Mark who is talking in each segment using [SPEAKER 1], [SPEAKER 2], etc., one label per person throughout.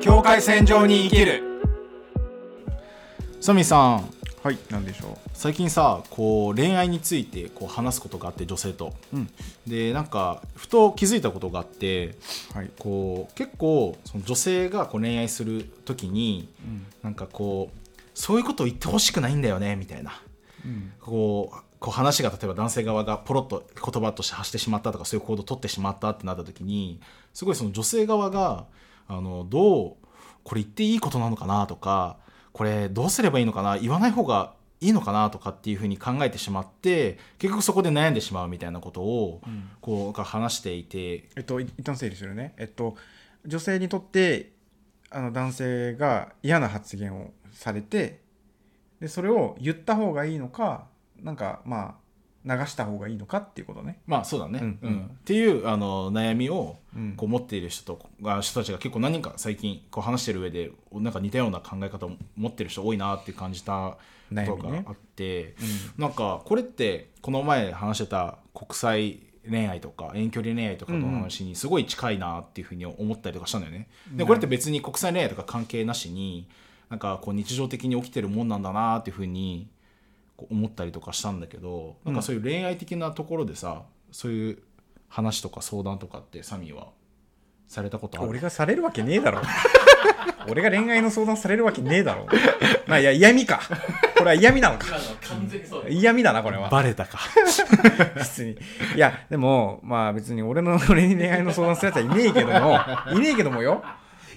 [SPEAKER 1] 境界線上に生きる
[SPEAKER 2] サミさん
[SPEAKER 3] はい、なんでしょ
[SPEAKER 2] 最近さこう恋愛についてこう話すことがあって女性と、
[SPEAKER 3] ん
[SPEAKER 2] でなんかふと気づいたことがあって
[SPEAKER 3] う。はい。
[SPEAKER 2] こう結構その女性がこう恋愛する時に、なんかこうそういうことを言ってほしくないんだよねみたいな、こうこう話が例えば男性側がポロッと言葉として発してしまったとかそういう行動を取ってしまったってなった時にすごいその女性側があのどうこれ言っていいことなのかなとかこれどうすればいいのかな言わない方がいいのかなとかっていうふうに考えてしまって結局そこで悩んでしまうみたいなことを、こうが話していて
[SPEAKER 3] えっと、い一旦整理するね。えっと、女性にとって、あの男性が嫌な発言をされて、で、それを言った方がいいのか、なんか、まあ、流した方がいいのかっていうことね。
[SPEAKER 2] まあそうだね、
[SPEAKER 3] うん
[SPEAKER 2] うんっていうあの悩みを
[SPEAKER 3] うん
[SPEAKER 2] こう持っている人とが人たちが結構何人か最近こう話してる上でなんか似たような考え方を持ってる人多いなって感じたこと
[SPEAKER 3] 悩み
[SPEAKER 2] が
[SPEAKER 3] ね
[SPEAKER 2] あって、
[SPEAKER 3] う
[SPEAKER 2] なんかこれってこの前話してた国際恋愛とか遠距離恋愛とかの話にすごい近いなっていうふうに思ったりとかしたんだよね。でこれって別に国際恋愛とか関係なしになんかこう日常的に起きてるもんなんだなっていうふうにこう思ったりとかしたんだけどなんかそういう恋愛的なところでさ、そういう話とか相談とかってサミーはされたことある
[SPEAKER 3] 俺がされるわけねえだろ。 俺が恋愛の相談されるわけねえだろ。まあ、いや、嫌味か。これは嫌味なのか。
[SPEAKER 1] 完全にそう
[SPEAKER 3] 嫌味だな、これは。
[SPEAKER 2] バレたか
[SPEAKER 3] 別に。いや、でも、まあ別に俺の、 俺に恋愛の相談するやつはいねえけども、いねえけどもよ。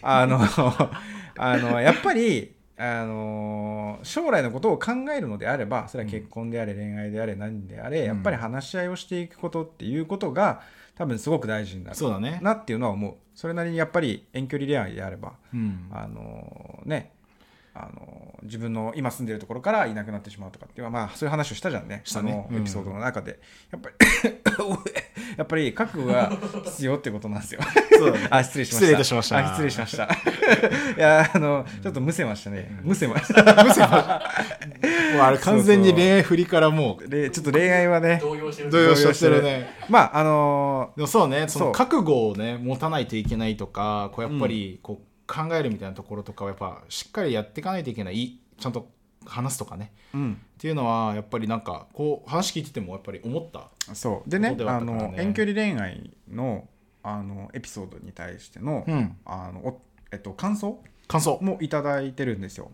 [SPEAKER 3] あの、 あの、やっぱり、あの将来のことを考えるのであればそれは結婚であれ恋愛であれ何であれ、やっぱり話し合いをしていくことっていうことが多分すごく大事になる
[SPEAKER 2] そうだね、
[SPEAKER 3] なっていうのは思うそれなりにやっぱり遠距離恋愛であれば
[SPEAKER 2] うん、
[SPEAKER 3] あのねあの自分の今住んでるところからいなくなってしまうとかっていう、まあ、そういう話をしたじゃんね
[SPEAKER 2] したね
[SPEAKER 3] あ
[SPEAKER 2] う
[SPEAKER 3] の
[SPEAKER 2] ん
[SPEAKER 3] エピソードの中で、やっぱり おいやっぱり覚悟が必要ってことなん ですよ
[SPEAKER 2] そうだね
[SPEAKER 3] あ失礼しました
[SPEAKER 2] 失礼いたしました
[SPEAKER 3] あ失礼しました いやあのちょっとむせましたねむせました
[SPEAKER 2] もうあれ完全に恋愛振りからもう
[SPEAKER 3] でちょっと恋愛はね
[SPEAKER 1] 動揺してる
[SPEAKER 2] 動揺しちゃってるね
[SPEAKER 3] まああの
[SPEAKER 2] でもそうねそ
[SPEAKER 3] そ
[SPEAKER 2] の
[SPEAKER 3] う
[SPEAKER 2] 覚悟をね持たないといけないとかこうやっぱりこう考えるみたいなところとかはやっぱしっかりやっていかないといけないいちゃんと話すとかね
[SPEAKER 3] うん
[SPEAKER 2] っていうのはやっぱりなんかこう話聞いててもやっぱり思った
[SPEAKER 3] そうでね
[SPEAKER 2] ことではあっ
[SPEAKER 3] あ
[SPEAKER 2] たから
[SPEAKER 3] の
[SPEAKER 2] ね
[SPEAKER 3] 遠距離恋愛のあのエピソードに対しての,、
[SPEAKER 2] うん
[SPEAKER 3] あのおえっと、感想
[SPEAKER 2] 感想
[SPEAKER 3] もいただいてるんですよ。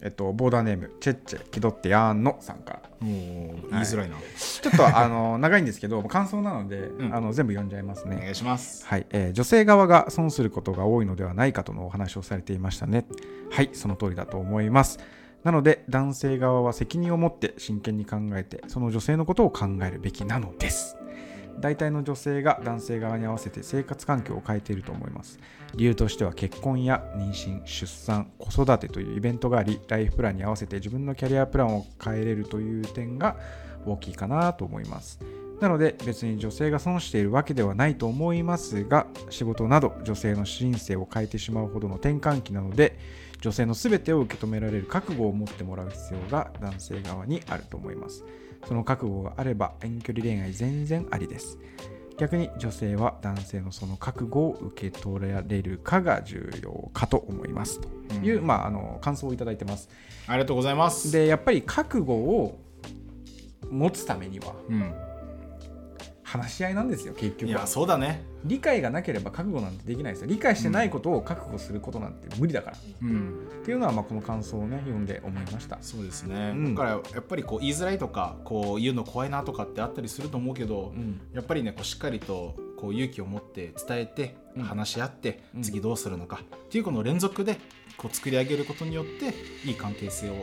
[SPEAKER 3] えっと、ボーダーネーム、チェッチェ、気取ってやーんのさんから。
[SPEAKER 2] もう言いづらいな、
[SPEAKER 3] ちょっとあの長いんですけど、感想なので、
[SPEAKER 2] ん
[SPEAKER 3] あの全部読んじゃいます
[SPEAKER 2] お
[SPEAKER 3] ね。
[SPEAKER 2] 願いします
[SPEAKER 3] はい、えー女性側が損することが多いのではないかとのお話をされていましたね。はい、その通りだと思います。なので、男性側は責任を持って真剣に考えて、その女性のことを考えるべきなのです。大体の女性が男性側に合わせて生活環境を変えていると思います理由としては結婚や妊娠出産子育てというイベントがありライフプランに合わせて自分のキャリアプランを変えれるという点が大きいかなと思いますなので別に女性が損しているわけではないと思いますが仕事など女性の人生を変えてしまうほどの転換期なので女性の全てを受け止められる覚悟を持ってもらう必要が男性側にあると思いますその覚悟があれば遠距離恋愛全然ありです逆に女性は男性のその覚悟を受け取られるかが重要かと思いますという、
[SPEAKER 2] うん
[SPEAKER 3] まあ、あの感想をいただいてます
[SPEAKER 2] ありがとうございます
[SPEAKER 3] でやっぱり覚悟を持つためには
[SPEAKER 2] うん、
[SPEAKER 3] 話し合いなんですよ結
[SPEAKER 2] い
[SPEAKER 3] 局
[SPEAKER 2] や
[SPEAKER 3] は
[SPEAKER 2] そうだね、
[SPEAKER 3] 理解がなければ覚悟なんてできないですよ理解してないことを覚悟することなんて無理だから、
[SPEAKER 2] うん、
[SPEAKER 3] っていうのはまあこの感想をね読んで思いました
[SPEAKER 2] そうですね、
[SPEAKER 3] うん
[SPEAKER 2] だからやっぱりこう言いづらいとかこう言うの怖いなとかってあったりすると思うけど、
[SPEAKER 3] ん
[SPEAKER 2] やっぱりねこうしっかりとこう勇気を持って伝えて
[SPEAKER 3] うん
[SPEAKER 2] 話し合って、
[SPEAKER 3] うん
[SPEAKER 2] 次どうするのかっていうこの連続でこう作り上げることによっていい関係性を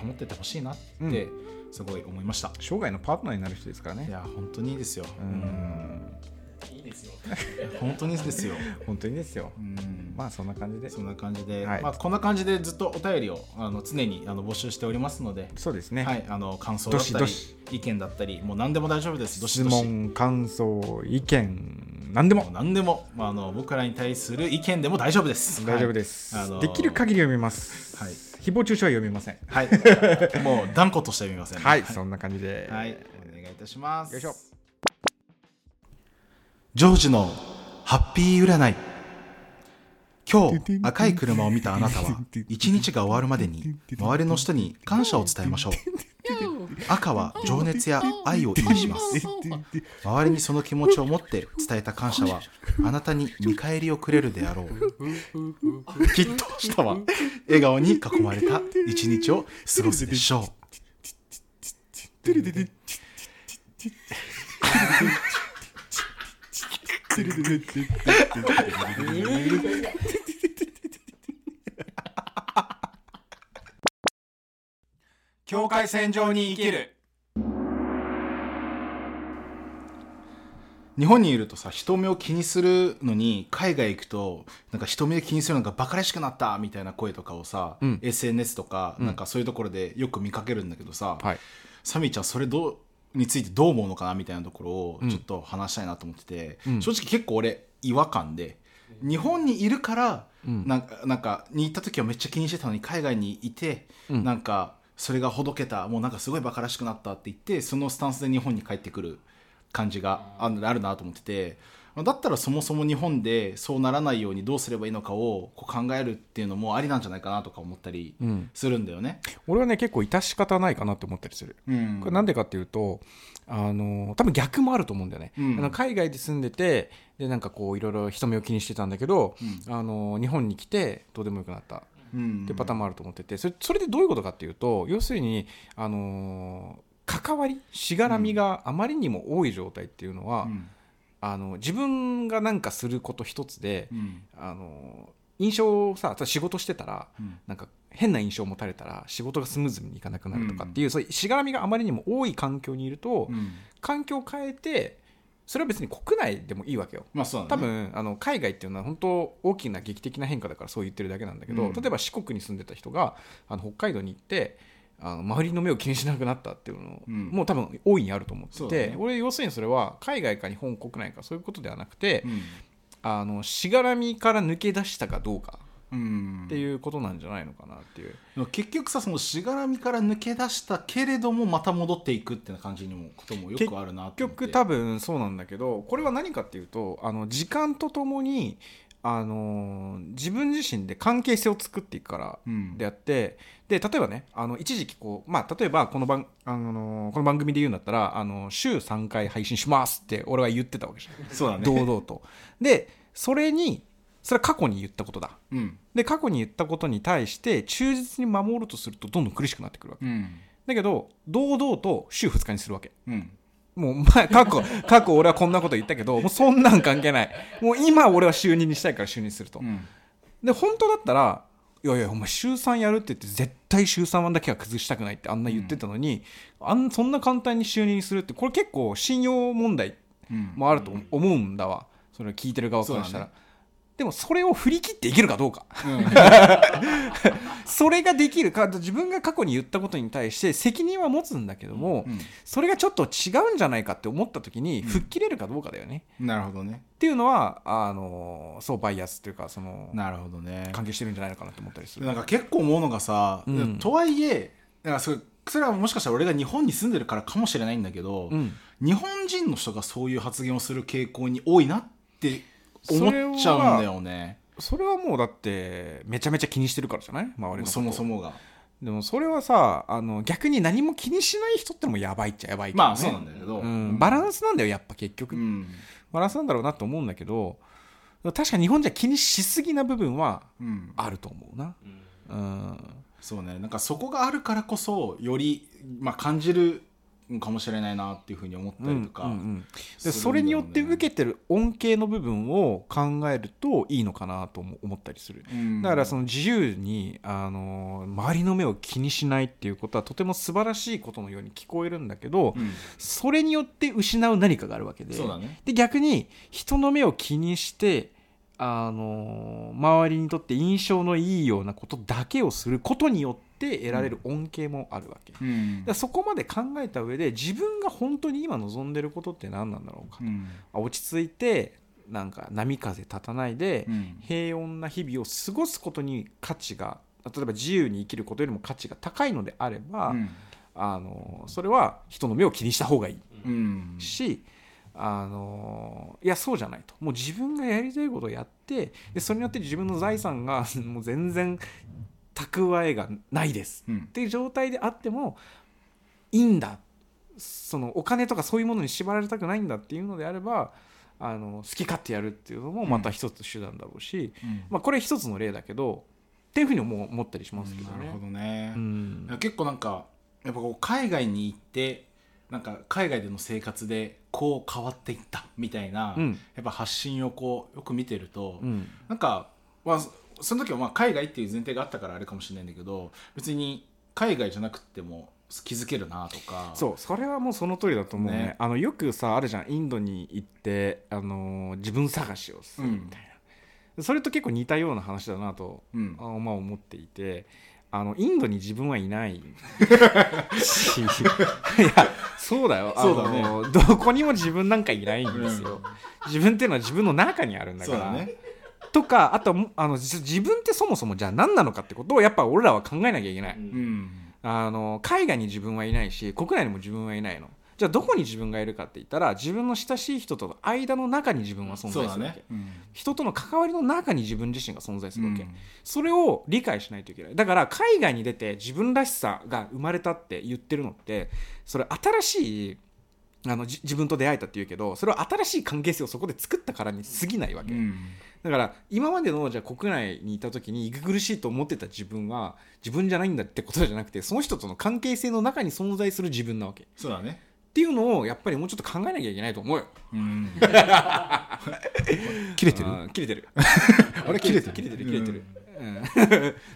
[SPEAKER 2] 保っててほしいなっ
[SPEAKER 3] う
[SPEAKER 2] て
[SPEAKER 3] ん
[SPEAKER 2] すごい思いました、
[SPEAKER 3] 生涯のパートナーになる人ですから
[SPEAKER 2] い
[SPEAKER 3] ね
[SPEAKER 2] や本当にいいですよ、
[SPEAKER 3] う
[SPEAKER 2] うん
[SPEAKER 3] ん
[SPEAKER 1] いいですよ
[SPEAKER 2] 本当にですよ、
[SPEAKER 3] 本当にですよ
[SPEAKER 2] うん
[SPEAKER 3] まあそんな感じで
[SPEAKER 2] そんな感じで、
[SPEAKER 3] はい
[SPEAKER 2] まあ、こんな感じでずっとお便りをあの常にあの募集しておりますので、
[SPEAKER 3] そうですね、
[SPEAKER 2] はい、あの感想だったり
[SPEAKER 3] どし
[SPEAKER 2] 意見だったりもう何でも大丈夫ですどし
[SPEAKER 3] 質
[SPEAKER 2] どし
[SPEAKER 3] 問感想意見何で
[SPEAKER 2] も
[SPEAKER 3] も
[SPEAKER 2] う何でも、まあ、あの僕らに対する意見でも大丈夫です
[SPEAKER 3] 大丈夫です、
[SPEAKER 2] はいあの
[SPEAKER 3] できる限りり読みます、
[SPEAKER 2] はい
[SPEAKER 3] 誹謗中傷は読みません
[SPEAKER 2] はい、 もう断固としてみません、
[SPEAKER 3] はい、
[SPEAKER 2] はい、
[SPEAKER 3] そんな感じで、
[SPEAKER 2] はいお願いいたします
[SPEAKER 3] よいしょ
[SPEAKER 2] ジョージのハッピー占い今日赤い車を見たあなたは一日が終わるまでに周りの人に感謝を伝えましょう赤は情熱や愛を意味します周りにその気持ちを持って伝えた感謝はあなたに見返りをくれるであろうきっと明日は笑顔に囲まれた一日を過ごすでしょう
[SPEAKER 1] 境界線上に生きる
[SPEAKER 2] 日本にいるとさ人目を気にするのに海外行くとなんか人目を気にするのがバカらしくなったみたいな声とかをさ、
[SPEAKER 3] うん
[SPEAKER 2] SNS とか
[SPEAKER 3] うん
[SPEAKER 2] なんかそういうところでよく見かけるんだけどさ、
[SPEAKER 3] はい
[SPEAKER 2] サミーちゃんそれどうについてどう思うのかなみたいなところを
[SPEAKER 3] うん
[SPEAKER 2] ちょっと話したいなと思ってて、
[SPEAKER 3] うん
[SPEAKER 2] 正直結構俺違和感で日本にいるから
[SPEAKER 3] うん
[SPEAKER 2] なんかなんかに行った時はめっちゃ気にしてたのに海外にいて、
[SPEAKER 3] うん
[SPEAKER 2] なんかそれがほどけたもうなんかすごいバカらしくなったって言ってそのスタンスで日本に帰ってくる感じがああるなと思っててまあだったらそもそも日本でそうならないようにどうすればいいのかをこう考えるっていうのもありなんじゃないかなとか思ったり
[SPEAKER 3] うん、
[SPEAKER 2] するんだよね。
[SPEAKER 3] 俺はね結構致し方ないかなって思ったりする
[SPEAKER 2] うん
[SPEAKER 3] これなんでかっていうとあの多分逆もあると思うんだよね、
[SPEAKER 2] うん
[SPEAKER 3] あの海外で住んでてでなんかこういろいろ人目を気にしてたんだけど、あの日本に来てどうでもよくなった
[SPEAKER 2] うん
[SPEAKER 3] ってパターンもあると思っててそれそれでどういうことかっていうと要するに、あのー関わりしがらみがあまりにも多い状態っていうのは、
[SPEAKER 2] うん
[SPEAKER 3] あの自分が何かすること一つで、
[SPEAKER 2] うん
[SPEAKER 3] あのー印象をさ仕事してたら
[SPEAKER 2] うん
[SPEAKER 3] なんか変な印象を持たれたら仕事がスムーズにいかなくなるとかっていう、そういうしがらみがあまりにも多い環境にいると、
[SPEAKER 2] うん
[SPEAKER 3] 環境を変えてそれは別に国内でもいいわけよ。
[SPEAKER 2] まあそう
[SPEAKER 3] 多
[SPEAKER 2] だね
[SPEAKER 3] 分あの海外っていうのは本当大きな劇的な変化だからそう言ってるだけなんだけど、
[SPEAKER 2] うん
[SPEAKER 3] 例えば四国に住んでた人があの北海道に行ってあの周りの目を気にしなくなったっていうの、
[SPEAKER 2] うん
[SPEAKER 3] もう多分大いにあると思って
[SPEAKER 2] そうだ
[SPEAKER 3] て、
[SPEAKER 2] ね
[SPEAKER 3] 俺要するにそれは海外か日本国内かそういうことではなくて、
[SPEAKER 2] うん
[SPEAKER 3] あのしがらみから抜け出したかどうか
[SPEAKER 2] うん
[SPEAKER 3] っていうことなんじゃないのかなっていう、
[SPEAKER 2] でも結局さそのしがらみから抜け出したけれどもまた戻っていくっていう感じにもこともよくあるなと思
[SPEAKER 3] 結
[SPEAKER 2] っ
[SPEAKER 3] 局
[SPEAKER 2] て
[SPEAKER 3] 多分そうなんだけどこれは何かっていうとあの時間とともにあの自分自身で関係性を作っていくから
[SPEAKER 2] うん
[SPEAKER 3] であってで例えばねあの一時期こう、まあ、例えばこの番あのこの番組で言うんだったらあの週3回配信しますって俺は言ってたわけじゃ
[SPEAKER 2] そうだ
[SPEAKER 3] ん
[SPEAKER 2] ね
[SPEAKER 3] 堂々と。でそれにそれは過去に言ったことだ。
[SPEAKER 2] うん
[SPEAKER 3] で過去に言ったことに対して忠実に守ろうとするとどんどん苦しくなってくるわけ
[SPEAKER 2] うん
[SPEAKER 3] だけど堂々と週2日にするわけ
[SPEAKER 2] うん
[SPEAKER 3] もう前過去過去俺はこんなこと言ったけどもうそんなん関係ないもう今俺は週2にしたいから週2にすると、
[SPEAKER 2] うん
[SPEAKER 3] で本当だったら「いやいやお前週3やる」って言って絶対週3はだけは崩したくないってあんな言ってたのに、あんそんな簡単に就任するってこれ結構信用問題
[SPEAKER 2] うん
[SPEAKER 3] もあると思うんだわそれを聞いてる側からしたら、
[SPEAKER 2] そう
[SPEAKER 3] でもそれを振り切っていけるかどうか それができるか自分が過去に言ったことに対して責任は持つんだけども、それがちょっと違うんじゃないかって思った時に吹っ切れるかどうかだよね、
[SPEAKER 2] うんなるほどね
[SPEAKER 3] っていうのはあのそうバイアスというかその
[SPEAKER 2] なるほどね
[SPEAKER 3] 関係してるんじゃないのかなと思ったりする
[SPEAKER 2] なんか結構思うのがさ、
[SPEAKER 3] うん
[SPEAKER 2] とはいえなんかそれそれはもしかしたら俺が日本に住んでるからかもしれないんだけど、
[SPEAKER 3] うん
[SPEAKER 2] 日本人の人がそういう発言をする傾向に多いなって思っちゃうんだよね
[SPEAKER 3] それはもうだってめちゃめちゃ気にしてるからじゃない周りのこと
[SPEAKER 2] そもそもが。
[SPEAKER 3] でもそれはさあの逆に何も気にしない人ってのもやばいっちゃやばいけどね
[SPEAKER 2] まあそうなんだけど、
[SPEAKER 3] うんバランスなんだよやっぱ結局、
[SPEAKER 2] うん
[SPEAKER 3] バランスなんだろうなと思うんだけど確かに日本じゃ気にしすぎな部分は
[SPEAKER 2] うん
[SPEAKER 3] あると思うなうん
[SPEAKER 2] そうねなんかそこがあるからこそより、まあ、感じるんかもしれないなっていうふうに思ったりとか、
[SPEAKER 3] うんうんうん
[SPEAKER 2] するんだよね
[SPEAKER 3] でそれによって受けてる恩恵の部分を考えるといいのかなとも思ったりするだからそ
[SPEAKER 2] の
[SPEAKER 3] の自由に、あのー周りの目を気にしないっていうことはとても素晴らしいことのように聞こえるんだけど、それによって失う何かがあるわけで
[SPEAKER 2] そうだね
[SPEAKER 3] で逆に人の目を気にして、あのー周りにとって印象のいいようなことだけをすることによって得られる恩恵もあるわけ、
[SPEAKER 2] うん
[SPEAKER 3] だからそこまで考えた上で自分が本当に今望んでることって何なんだろうか、
[SPEAKER 2] うん
[SPEAKER 3] 落ち着いてなんか波風立たないで、
[SPEAKER 2] うん
[SPEAKER 3] 平穏な日々を過ごすことに価値が例えば自由に生きることよりも価値が高いのであれば、
[SPEAKER 2] うん
[SPEAKER 3] あのそれは人の目を気にした方がいい
[SPEAKER 2] うん
[SPEAKER 3] し、あのいやそうじゃないともう自分がやりたいことをやってでそれによって自分の財産が もう全然蓄えがないです
[SPEAKER 1] うん
[SPEAKER 3] っていう状態であってもいいんだそのお金とかそういうものに縛られたくないんだっていうのであればあの好き勝手やるっていうのもまた一つ手段だろうし、まあ、これ一つの例だけどっていうふうにも思ったりしますけど
[SPEAKER 2] なるほ
[SPEAKER 3] ね。
[SPEAKER 2] どね、
[SPEAKER 3] うん
[SPEAKER 2] 結構なんかやっぱこう海外に行ってなんか海外での生活でこう変わっていったみたいな、
[SPEAKER 3] うん
[SPEAKER 2] やっぱ発信をこうよく見てると、
[SPEAKER 3] うん
[SPEAKER 2] なんか、まあ、そその時はまあ海外っていう前提があったからあれかもしれないんだけど別に海外じゃなくても気づけるなとか
[SPEAKER 3] そうそれはもうその通りだと思うね
[SPEAKER 2] ね
[SPEAKER 3] あのよくさあるじゃんインドに行って、あのー自分探しをするみたいな、それと結構似たような話だなと、
[SPEAKER 2] う、ん
[SPEAKER 3] あ、まあ、思っていてあのインドに自分はいない しいやそうだよあの
[SPEAKER 2] そうだね
[SPEAKER 3] どこにも自分なんかいないんですよ、自分っていうのは自分の中にあるんだか
[SPEAKER 2] そう
[SPEAKER 3] ら
[SPEAKER 2] だね
[SPEAKER 3] とかあとはもあのじ自分ってそもそもじゃあ何なのかってことをやっぱ俺らは考えなきゃいけない、
[SPEAKER 2] うん
[SPEAKER 3] あの海外に自分はいないし国内にも自分はいないのじゃあどこに自分がいるかって言ったら自分の親しい人との間の中に自分は存在す
[SPEAKER 2] そう
[SPEAKER 3] る
[SPEAKER 2] だ
[SPEAKER 3] わけ、
[SPEAKER 2] ね、うん
[SPEAKER 3] 人との関わりの中に自分自身が存在するわけ、
[SPEAKER 2] うん
[SPEAKER 3] それを理解しないといけないだから海外に出て自分らしさが生まれたって言ってるのってそれ新しいあのじ自分と出会えたって言うけどそれは新しい関係性をそこで作ったからに過ぎないわけ、
[SPEAKER 2] うん
[SPEAKER 3] だから今までのじゃあ国内にいた時に息苦しいと思ってた自分は自分じゃないんだってことじゃなくてその人との関係性の中に存在する自分なわけっ
[SPEAKER 2] そうだね
[SPEAKER 3] ていうのをやっぱりもうちょっと考えなきゃいけないと思うよ
[SPEAKER 2] うん
[SPEAKER 3] 切れてる切れて るあ
[SPEAKER 2] れ切れてる
[SPEAKER 3] 切れてる切れてる、うん、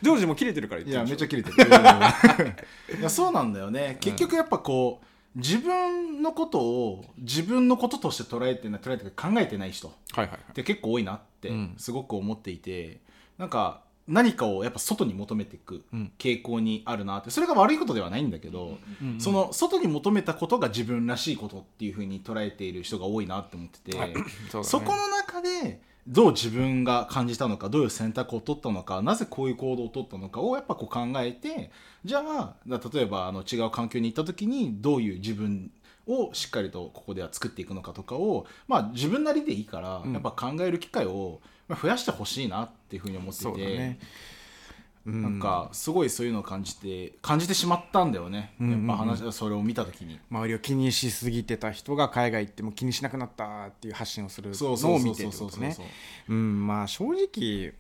[SPEAKER 3] ジョージも切れてるから言
[SPEAKER 2] い
[SPEAKER 3] って
[SPEAKER 2] や
[SPEAKER 3] み
[SPEAKER 2] め
[SPEAKER 3] まし
[SPEAKER 2] っち
[SPEAKER 3] ょ
[SPEAKER 2] ゃ
[SPEAKER 3] う
[SPEAKER 2] 切れて るいやそうなんだよね結局やっぱこう自分のことを自分のこととして捉えてない捉えてない考えてない人っ
[SPEAKER 3] はいはいはい
[SPEAKER 2] て結構多いなって
[SPEAKER 3] うん
[SPEAKER 2] すごく思っていて、なんか何かをやっぱ外に求めていく
[SPEAKER 3] うん
[SPEAKER 2] 傾向にあるなってそれが悪いことではないんだけど、
[SPEAKER 3] うんうん
[SPEAKER 2] その外に求めたことが自分らしいことっていうふうに捉えている人が多いなって思ってて。
[SPEAKER 3] そうだね
[SPEAKER 2] そこの中でどう自分が感じたのかどういう選択を取ったのかなぜこういう行動を取ったのかをやっぱこう考えてじゃあだ例えばあの違う環境に行った時にどういう自分をしっかりとここでは作っていくのかとかを、まあ、自分なりでいいから、
[SPEAKER 3] うん
[SPEAKER 2] やっぱ考える機会をまあ増やしてほしいなっていうふうに思ってて、
[SPEAKER 3] そうだねうん
[SPEAKER 2] なんかすごいそういうのを感じて感じてしまったんだよね、
[SPEAKER 3] うんうんうん
[SPEAKER 2] やっぱ話それを見た時に。
[SPEAKER 3] 周りを気にしすぎてた人が海外行っても気にしなくなったっていう発信をする
[SPEAKER 2] そうそ
[SPEAKER 3] の
[SPEAKER 2] う
[SPEAKER 3] を
[SPEAKER 2] そう
[SPEAKER 3] 見てる
[SPEAKER 2] そう
[SPEAKER 3] って
[SPEAKER 2] そ
[SPEAKER 3] こ
[SPEAKER 2] う
[SPEAKER 3] と
[SPEAKER 2] そう、
[SPEAKER 3] ねうん、まあ正直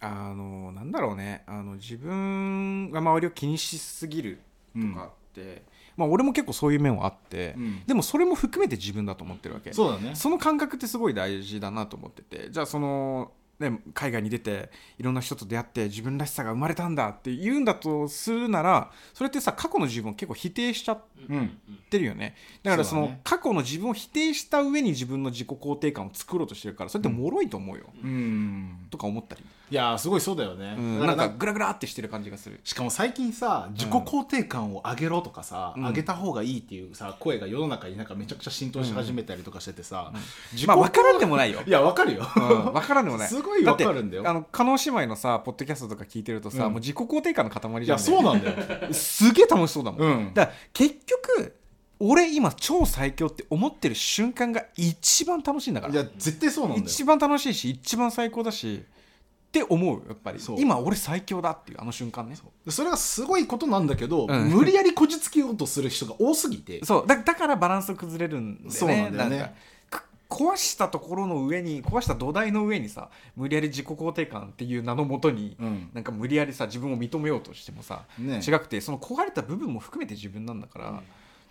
[SPEAKER 3] あのなんだろうねあの自分が周りを気にしすぎるとかって、まあ俺も結構そういう面はあって、
[SPEAKER 2] うん
[SPEAKER 3] でもそれも含めて自分だと思ってるわけ
[SPEAKER 2] そうだね
[SPEAKER 3] その感覚ってすごい大事だなと思っててじゃあその、ね、海外に出ていろんな人と出会って自分らしさが生まれたんだって言うんだとするならそれってさ過去の自分を結構否定しちゃっ
[SPEAKER 2] うん
[SPEAKER 3] ってるよねだからそ
[SPEAKER 2] そうだ
[SPEAKER 3] の
[SPEAKER 2] ね
[SPEAKER 3] 過去の自分を否定した上に自分の自己肯定感を作ろうとしてるからそれって脆いと思うよ、
[SPEAKER 2] うん
[SPEAKER 3] とか思ったり、
[SPEAKER 2] いやーすごいそうだよね、
[SPEAKER 3] うん
[SPEAKER 2] だ
[SPEAKER 3] な
[SPEAKER 2] ら
[SPEAKER 3] んかグラグラってしてる感じがする
[SPEAKER 2] しかも最近さ自己肯定感を上げろとかさ、
[SPEAKER 3] うん
[SPEAKER 2] 上げた方がいいっていうさ声が世の中になんかめちゃくちゃ浸透し始めたりとかしててさ、自己
[SPEAKER 3] まあ分からんでも ないよ
[SPEAKER 2] いやわかるよ、
[SPEAKER 3] うん、分からんでもない
[SPEAKER 2] すごいわかるんだよ
[SPEAKER 3] ってあの加納姉妹のさポッドキャストとか聞いてるとさ、
[SPEAKER 2] うん
[SPEAKER 3] もう自己肯定感の塊
[SPEAKER 2] い
[SPEAKER 3] じゃ
[SPEAKER 2] や
[SPEAKER 3] ん、
[SPEAKER 2] そうなんだよ、
[SPEAKER 3] すげえ楽しそうだもん、
[SPEAKER 2] うん
[SPEAKER 3] だから結局俺今超最強って思ってる瞬間が一番楽しいんだから
[SPEAKER 2] いや絶対そうなんだよ
[SPEAKER 3] 一番楽しいし一番最高だしって思うやっぱり
[SPEAKER 2] そう
[SPEAKER 3] 今俺最強だっていうあの瞬間ね
[SPEAKER 2] でそれがすごいことなんだけど、
[SPEAKER 3] うん
[SPEAKER 2] 無理やりこじつけようとする人が多すぎて
[SPEAKER 3] そうだだからバランス崩れるんだよね
[SPEAKER 2] そうなんだよね
[SPEAKER 3] かく壊したところの上に壊した土台の上にさ無理やり自己肯定感っていう名のもとに、
[SPEAKER 2] うん
[SPEAKER 3] なんか無理やりさ自分を認めようとしてもさ、
[SPEAKER 2] ね
[SPEAKER 3] 違くてその壊れた部分も含めて自分なんだから、っ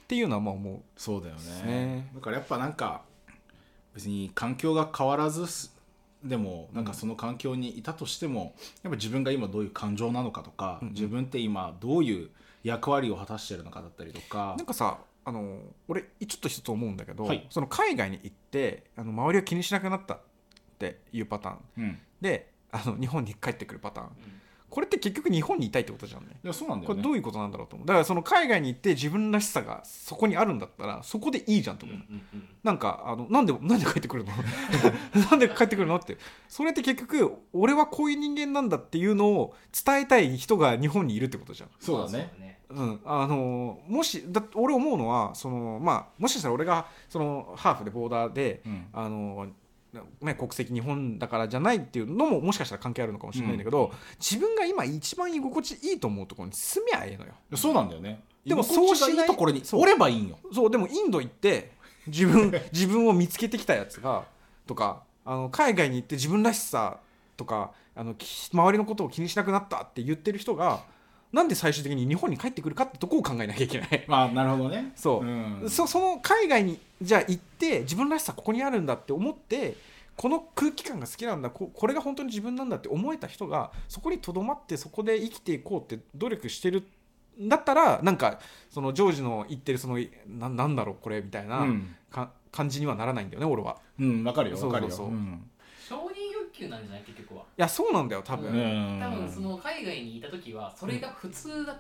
[SPEAKER 3] ていうのはまあ思う
[SPEAKER 2] そうだよ
[SPEAKER 3] す
[SPEAKER 2] ね
[SPEAKER 3] ね
[SPEAKER 2] だからやっぱなんか別に環境が変わらずすでもなんかその環境にいたとしても、やっぱ自分が今どういう感情なのかとか、
[SPEAKER 3] うんうん
[SPEAKER 2] 自分って今どういう役割を果たしてるのかだったりとか
[SPEAKER 3] なんかさあの俺ちょっと一つ思うんだけど、
[SPEAKER 2] はい
[SPEAKER 3] その海外に行ってあの周りを気にしなくなったっていうパターン
[SPEAKER 2] うん、い
[SPEAKER 3] であの日本に帰ってくるパターン、これって結局日本にいたいってことじゃんね
[SPEAKER 2] やそうなんだ
[SPEAKER 3] こ
[SPEAKER 2] よ
[SPEAKER 3] れ
[SPEAKER 2] ね
[SPEAKER 3] どういうことなんだろうと思うだからその海外に行って自分らしさがそこにあるんだったらそこでいいじゃんと思う、なんかあのなんでなんで帰ってくるの なんで帰ってくるのってそれって結局俺はこういう人間なんだっていうのを伝えたい人が日本にいるってことじゃん
[SPEAKER 2] そうだね
[SPEAKER 4] ね。
[SPEAKER 3] うん、あのもしだ俺思うのはその、まあ、もしかしたら俺がそのハーフでボーダーで、
[SPEAKER 2] うん
[SPEAKER 3] あのね、国籍日本だからじゃないっていうのももしかしたら関係あるのかもしれないんだけど、自分が今一番居心地いいと思うところに住みゃええのよ
[SPEAKER 2] やそうなんだよね
[SPEAKER 3] でも
[SPEAKER 2] 居心地
[SPEAKER 3] そうしない
[SPEAKER 2] がいいところに
[SPEAKER 3] そう
[SPEAKER 2] おればいいんよ
[SPEAKER 3] そうでもインド行って自分自分を見つけてきたやつがとかあの海外に行って自分らしさとかあのき周りのことを気にしなくなったって言ってる人がなんで最終的に日本に帰ってくるかってとこを考えなきゃいけない。
[SPEAKER 2] まあなるほどね
[SPEAKER 3] そう、
[SPEAKER 2] ん
[SPEAKER 3] そその海外にじゃあ行って自分らしさここにあるんだって思ってこの空気感が好きなんだここれが本当に自分なんだって思えた人がそこにとどまってそこで生きていこうって努力してるんだったらなんかそのジョージの言ってるそのななんだろうこれみたいな、
[SPEAKER 2] うん
[SPEAKER 3] か感じにはならないんだよね俺は。
[SPEAKER 2] うんわかるよ
[SPEAKER 3] そう
[SPEAKER 2] わかる
[SPEAKER 3] そうそ
[SPEAKER 2] よ
[SPEAKER 3] う
[SPEAKER 2] うん
[SPEAKER 4] 承認欲求なんじゃない結局はい
[SPEAKER 3] やそうなんだよ多分。
[SPEAKER 4] うん
[SPEAKER 2] うん
[SPEAKER 4] 多分その海外にいた時はそれが普通だと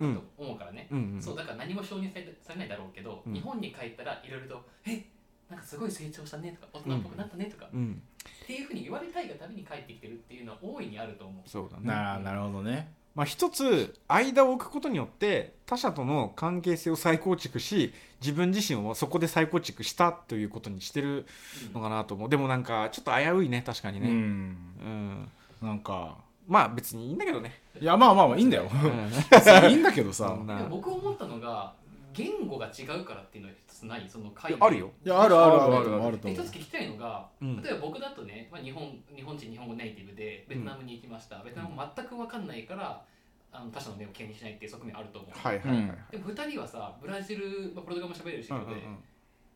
[SPEAKER 3] うん
[SPEAKER 4] 思うからね、
[SPEAKER 3] うんうん
[SPEAKER 4] そうだから何も承認されされないだろうけど、
[SPEAKER 3] うん
[SPEAKER 4] 日本に帰ったらいろいろと「えなんかすごい成長したね」とか「大人っぽくなったね」とか、
[SPEAKER 3] うん、
[SPEAKER 4] っていうふうに言われたいがために帰ってきてるっていうのは大いにあると思う
[SPEAKER 3] そうだね
[SPEAKER 2] ななるほどね
[SPEAKER 3] まあ、一つ間を置くことによって他者との関係性を再構築し自分自身をそこで再構築したということにしてるのかなと思うでもなんかちょっと危ういね確かに
[SPEAKER 2] う
[SPEAKER 3] ね、
[SPEAKER 2] ん
[SPEAKER 3] うん
[SPEAKER 2] なんか
[SPEAKER 3] まあ別にいいんだけど ね、
[SPEAKER 2] いやまあまあまあいいんだよ
[SPEAKER 3] うん
[SPEAKER 2] いいんだけど
[SPEAKER 3] そ
[SPEAKER 2] さ
[SPEAKER 3] ん
[SPEAKER 4] でも
[SPEAKER 3] な
[SPEAKER 4] 僕思ったのが言語が違うからっていうのは一つないその
[SPEAKER 3] い
[SPEAKER 4] 海
[SPEAKER 3] やあるよ
[SPEAKER 2] いやあるあるある
[SPEAKER 3] あ
[SPEAKER 2] あ
[SPEAKER 3] るある
[SPEAKER 2] るあると
[SPEAKER 4] で一
[SPEAKER 2] 思
[SPEAKER 4] つ聞きたいのが、
[SPEAKER 3] うん
[SPEAKER 4] 例えば僕だとね、まあ、日本日本人日本語ネイティブでベトナムに行きました、ベトナム全く分かんないからあの他者の目を気にしないっていう側面あると思う、
[SPEAKER 3] はいは
[SPEAKER 2] う
[SPEAKER 3] いはい、
[SPEAKER 2] うん
[SPEAKER 4] でも2人はさブラジル、まあ、ポルトガルも喋れるし、
[SPEAKER 3] うん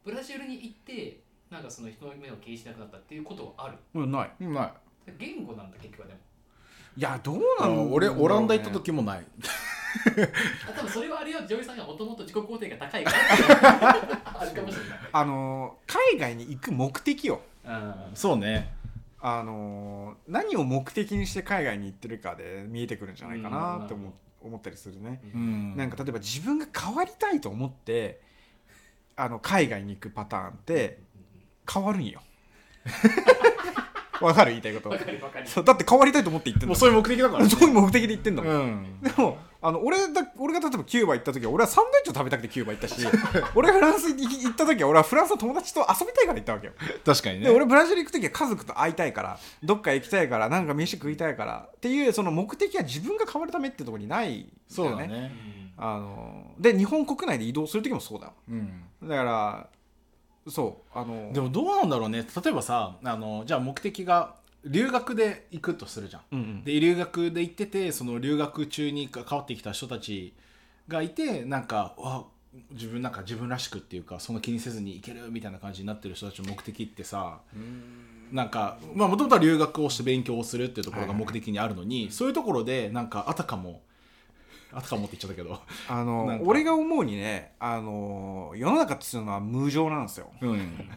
[SPEAKER 4] ブラジルに行ってなんかその人の目を気にしなくなったっていうことはある
[SPEAKER 3] うんうんうんない
[SPEAKER 2] うんない
[SPEAKER 4] 言語なんだ結局はでも
[SPEAKER 3] いやどうな
[SPEAKER 2] あ
[SPEAKER 3] んだろう
[SPEAKER 2] の
[SPEAKER 3] ね
[SPEAKER 2] 俺オランダ行った時もない
[SPEAKER 4] あ多分それはあれよジョイさんがもともと自己肯定が高いからっていうのがあるかもし
[SPEAKER 3] あのー海外に行く目的よ
[SPEAKER 4] れない、うん
[SPEAKER 2] そうね
[SPEAKER 3] あのー何を目的にして海外に行ってるかで見えてくるんじゃないかなって思,、思ったりするね
[SPEAKER 2] うん
[SPEAKER 3] なんか例えば自分が変わりたいと思ってあの海外に行くパターンって変わるんよ。わかる言いたいこと
[SPEAKER 4] わかるわかる
[SPEAKER 3] そうだって変わりたいと思って行ってん
[SPEAKER 2] も
[SPEAKER 3] だも
[SPEAKER 2] う
[SPEAKER 3] ん
[SPEAKER 2] そういう目的だからね
[SPEAKER 3] そういう目的で行ってんだもん。
[SPEAKER 2] うん
[SPEAKER 3] でもあの俺だ俺が例えばキューバ行った時は俺はサンドイッチを食べたくてキューバ行った し俺がフランスに行った時は俺はフランスの友達と遊びたいから行ったわけよ。
[SPEAKER 2] 確かにね
[SPEAKER 3] で俺ブラジル行く時は家族と会いたいからどっか行きたいからなんか飯食いたいからっていうその目的は自分が変わるためってところにないんだ
[SPEAKER 2] そう
[SPEAKER 3] よ
[SPEAKER 2] だ
[SPEAKER 3] ね。
[SPEAKER 2] ね
[SPEAKER 3] あので日本国内で移動する時もそうだよ
[SPEAKER 2] うん
[SPEAKER 3] だからそうあの
[SPEAKER 2] でもどうなんだろうね例えばさあのじゃあ目的が留学で行くとするじゃん
[SPEAKER 3] うんうん
[SPEAKER 2] で留学で行っててその留学中に関わってきた人たちがいてなんかあ自分なんか自分らしくっていうかその気にせずに行けるみたいな感じになってる人たちの目的ってさなんかまあもともとは留学をして勉強をするっていうところが目的にあるのに、そういうところでなんかあたかもあたかもって言っちゃったけど、
[SPEAKER 3] あ
[SPEAKER 2] なん
[SPEAKER 3] の
[SPEAKER 2] か
[SPEAKER 3] 俺が思うにねあの世の中っていうのは無常なんですよ
[SPEAKER 2] うん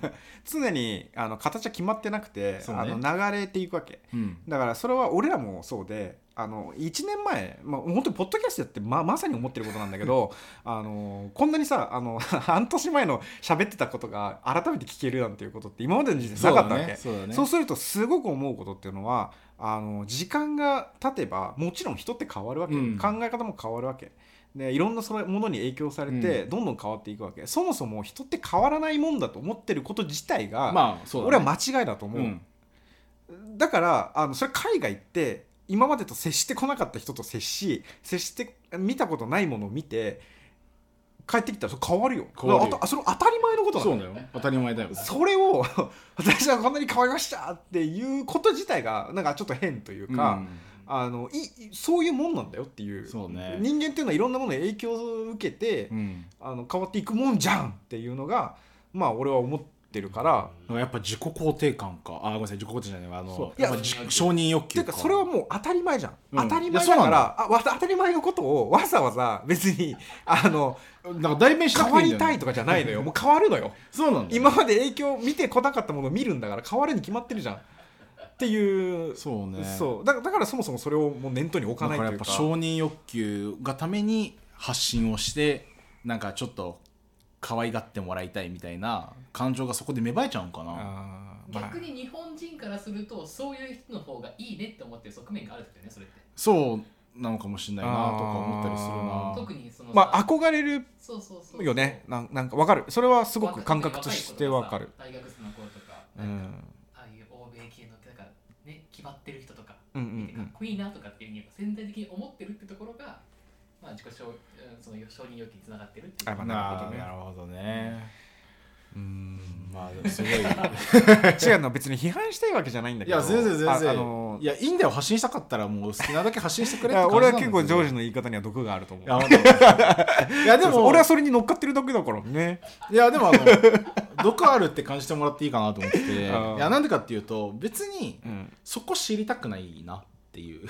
[SPEAKER 3] 常にあの形は決まってなくて、
[SPEAKER 2] そうね
[SPEAKER 3] あの流れていくわけ
[SPEAKER 2] うん、
[SPEAKER 3] だからそれは俺らもそうであの1年前、まあ、本当にポッドキャストやってままさに思ってることなんだけ どあのこんなにさあの 半年前の喋ってたことが改めて聞けるなんていうことって今までの人生なかったわけ、
[SPEAKER 2] そうだね
[SPEAKER 3] そううするとすごく思うことっていうのはあの時間が経てばもちろん人って変わるわけ、
[SPEAKER 2] うん
[SPEAKER 3] 考え方も変わるわけでいろんなそのものに影響されて、
[SPEAKER 2] う
[SPEAKER 3] どんどん変わっていくわけそもそも人って変わらないもんだと思ってること自体が、
[SPEAKER 2] まあそうだね
[SPEAKER 3] 俺は間違いだと思う、
[SPEAKER 2] うん
[SPEAKER 3] だからあのそれ海外って今までと接してこなかった人と接し接して見たことないものを見て帰ってきたらそれ変わるよ
[SPEAKER 2] 変わるよ
[SPEAKER 3] だからあとあそれ当たり前のことなんだよ
[SPEAKER 2] そうだよ当たり前だよ
[SPEAKER 3] それを 私はこんなに変わりましたっていうこと自体がなんかちょっと変というか、あのいいそういうもんなんだよっていう
[SPEAKER 2] そうね
[SPEAKER 3] 人間っていうのはいろんなものに影響を受けて、
[SPEAKER 2] うん
[SPEAKER 3] あの変わっていくもんじゃんっていうのがまあ俺は思ってるから。
[SPEAKER 2] うん、やっぱ自己肯定感かあごめんなさい自己肯定じゃないわあ
[SPEAKER 3] そ
[SPEAKER 2] の
[SPEAKER 3] ういや
[SPEAKER 2] やっぱじ承認欲
[SPEAKER 3] てい
[SPEAKER 2] 求
[SPEAKER 3] うかそれはもう当たり前じゃん、
[SPEAKER 2] うん
[SPEAKER 3] 当たり
[SPEAKER 2] いや
[SPEAKER 3] 前
[SPEAKER 2] そ
[SPEAKER 3] だ
[SPEAKER 2] うな
[SPEAKER 3] か
[SPEAKER 2] んだよ
[SPEAKER 3] らあわた当たり前のことをわざわざ別 にあの
[SPEAKER 2] なんか代弁しな
[SPEAKER 3] 変
[SPEAKER 2] くて
[SPEAKER 3] わ
[SPEAKER 2] いいん
[SPEAKER 3] り
[SPEAKER 2] だよ
[SPEAKER 3] たいとかじゃないのよもう変わるのよ
[SPEAKER 2] そうなんだよ
[SPEAKER 3] 今まで影響見てこなかったものを見るんだから変わるに決まってるじゃんっていう
[SPEAKER 2] そうね
[SPEAKER 3] そうだだからそもそもそれをもう念頭に置かな
[SPEAKER 2] だ
[SPEAKER 3] い
[SPEAKER 2] か
[SPEAKER 3] と
[SPEAKER 2] らや
[SPEAKER 3] い
[SPEAKER 2] っ
[SPEAKER 3] う
[SPEAKER 2] ぱ
[SPEAKER 3] か
[SPEAKER 2] 承認欲求がために発信をしてなんかちょっと可愛がってもらいたいみたいな感情がそこで芽生えちゃうんかな
[SPEAKER 3] あーまあ
[SPEAKER 4] 逆に日本人からするとそういう人の方がいいねって思ってる側面があるってねそれって
[SPEAKER 2] そうなのかもしれないなとか思ったりする
[SPEAKER 3] あー
[SPEAKER 2] な
[SPEAKER 4] 特にそのさ
[SPEAKER 3] まあ憧れる
[SPEAKER 4] そうそうそう
[SPEAKER 3] よねなんなんかわかるそれはすごく感覚としてわかる
[SPEAKER 4] 若い子とかさ大学生の子とか
[SPEAKER 3] う
[SPEAKER 4] なんか
[SPEAKER 3] ん
[SPEAKER 4] ああいう欧米系のなんかね決まってる人とか
[SPEAKER 3] うんう
[SPEAKER 4] 見てかっ
[SPEAKER 3] ん
[SPEAKER 4] こいいなとかっていうふうに潜在的に思ってるってところがまあ自己承うんその承認欲求につながってるっていう
[SPEAKER 3] あまあなるほどね
[SPEAKER 2] なるほどね
[SPEAKER 3] うん
[SPEAKER 2] まあでもす ごい
[SPEAKER 3] 違うの別に批判したいわけじゃないんだ
[SPEAKER 2] い
[SPEAKER 3] けど
[SPEAKER 2] や全然全
[SPEAKER 3] あ
[SPEAKER 2] 然
[SPEAKER 3] あの
[SPEAKER 2] いやいいんだよ発信したかったらもう好きなだけ発信してく
[SPEAKER 3] い
[SPEAKER 2] れって
[SPEAKER 3] や
[SPEAKER 2] 感じ
[SPEAKER 3] 俺
[SPEAKER 2] なん
[SPEAKER 3] は
[SPEAKER 2] だ
[SPEAKER 3] 結
[SPEAKER 2] けど
[SPEAKER 3] 構ジョージの言い方には毒があると思う
[SPEAKER 2] いや本当 いやで
[SPEAKER 3] でも
[SPEAKER 2] も
[SPEAKER 3] 俺はそれに乗っかってるだけだからね
[SPEAKER 2] いやでもあの毒あるって感じてもらっていいかなと 思っててい
[SPEAKER 3] あー
[SPEAKER 2] やなんでかっていうと別に
[SPEAKER 3] うん
[SPEAKER 2] そこ知りたくないなっていう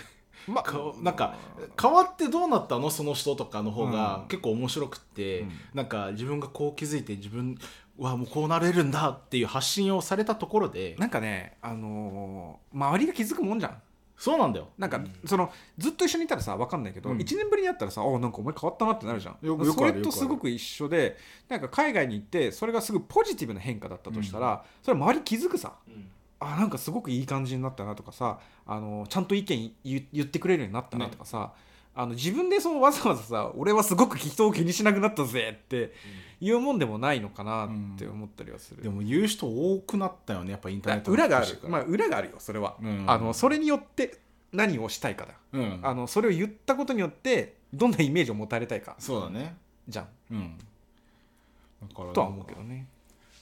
[SPEAKER 3] ま
[SPEAKER 2] かなんか変わってどうなったのその人とかの方
[SPEAKER 3] う
[SPEAKER 2] が
[SPEAKER 3] ん
[SPEAKER 2] 結構面白くって、
[SPEAKER 3] うん
[SPEAKER 2] なんか自分がこう気づいて自分はもうこうなれるんだっていう発信をされたところで
[SPEAKER 3] なんかねあのー周りが気づくもんじゃん
[SPEAKER 2] そうなんだよ
[SPEAKER 3] なんか、そのずっと一緒にいたらさ分かんないけど、
[SPEAKER 2] うん
[SPEAKER 3] 1年ぶりに会ったらさ「おなんかお前変わったな」ってなるじゃん
[SPEAKER 2] よくよくある
[SPEAKER 3] それ
[SPEAKER 2] よくあ
[SPEAKER 3] と
[SPEAKER 2] る
[SPEAKER 3] すごく一緒でなんか海外に行ってそれがすぐポジティブな変化だったとしたら、それ周り気づくさ
[SPEAKER 4] うん
[SPEAKER 3] あなんかすごくいい感じになったなとかさあのちゃんと意見言言ってくれるようになったなとかさ、あの自分でそのわざわざさ俺はすごく人を気にしなくなったぜって言うもんでもないのかなって思ったりはする、
[SPEAKER 2] でも言う人多くなったよねやっぱインターネットの
[SPEAKER 3] 裏があ
[SPEAKER 2] 人
[SPEAKER 3] る
[SPEAKER 2] たち、
[SPEAKER 3] まあ、裏があるよそれは、
[SPEAKER 2] うん
[SPEAKER 3] あのそれによって何をしたいかだ
[SPEAKER 2] うん
[SPEAKER 3] あのそれを言ったことによってどんなイメージを持たれたいか
[SPEAKER 2] そうだね
[SPEAKER 3] じゃん
[SPEAKER 2] うんだから
[SPEAKER 3] とは思うけどね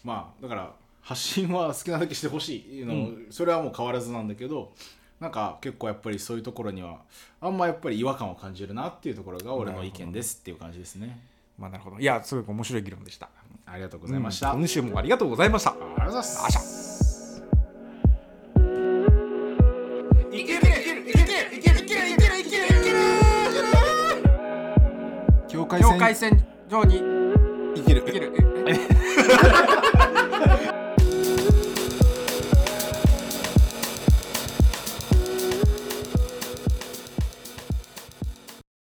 [SPEAKER 2] まあだから発信は好きなだけしてほしいの、
[SPEAKER 3] う
[SPEAKER 2] それはもう変わらずなんだけどなんか結構やっぱりそういうところにはあんまやっぱり違和感を感じるなっていうところが俺の意見ですっていう感じですね
[SPEAKER 3] まあなるほどいやすごく面白い議論でした
[SPEAKER 2] ありがとうご
[SPEAKER 3] ご
[SPEAKER 2] ざいました、
[SPEAKER 3] 今週もありがとうございました
[SPEAKER 2] ありがとうございます
[SPEAKER 1] いけるいけるいけるいけるいけるいけるいけるいける境界
[SPEAKER 3] 境界線上に
[SPEAKER 1] 生きる
[SPEAKER 3] 生きる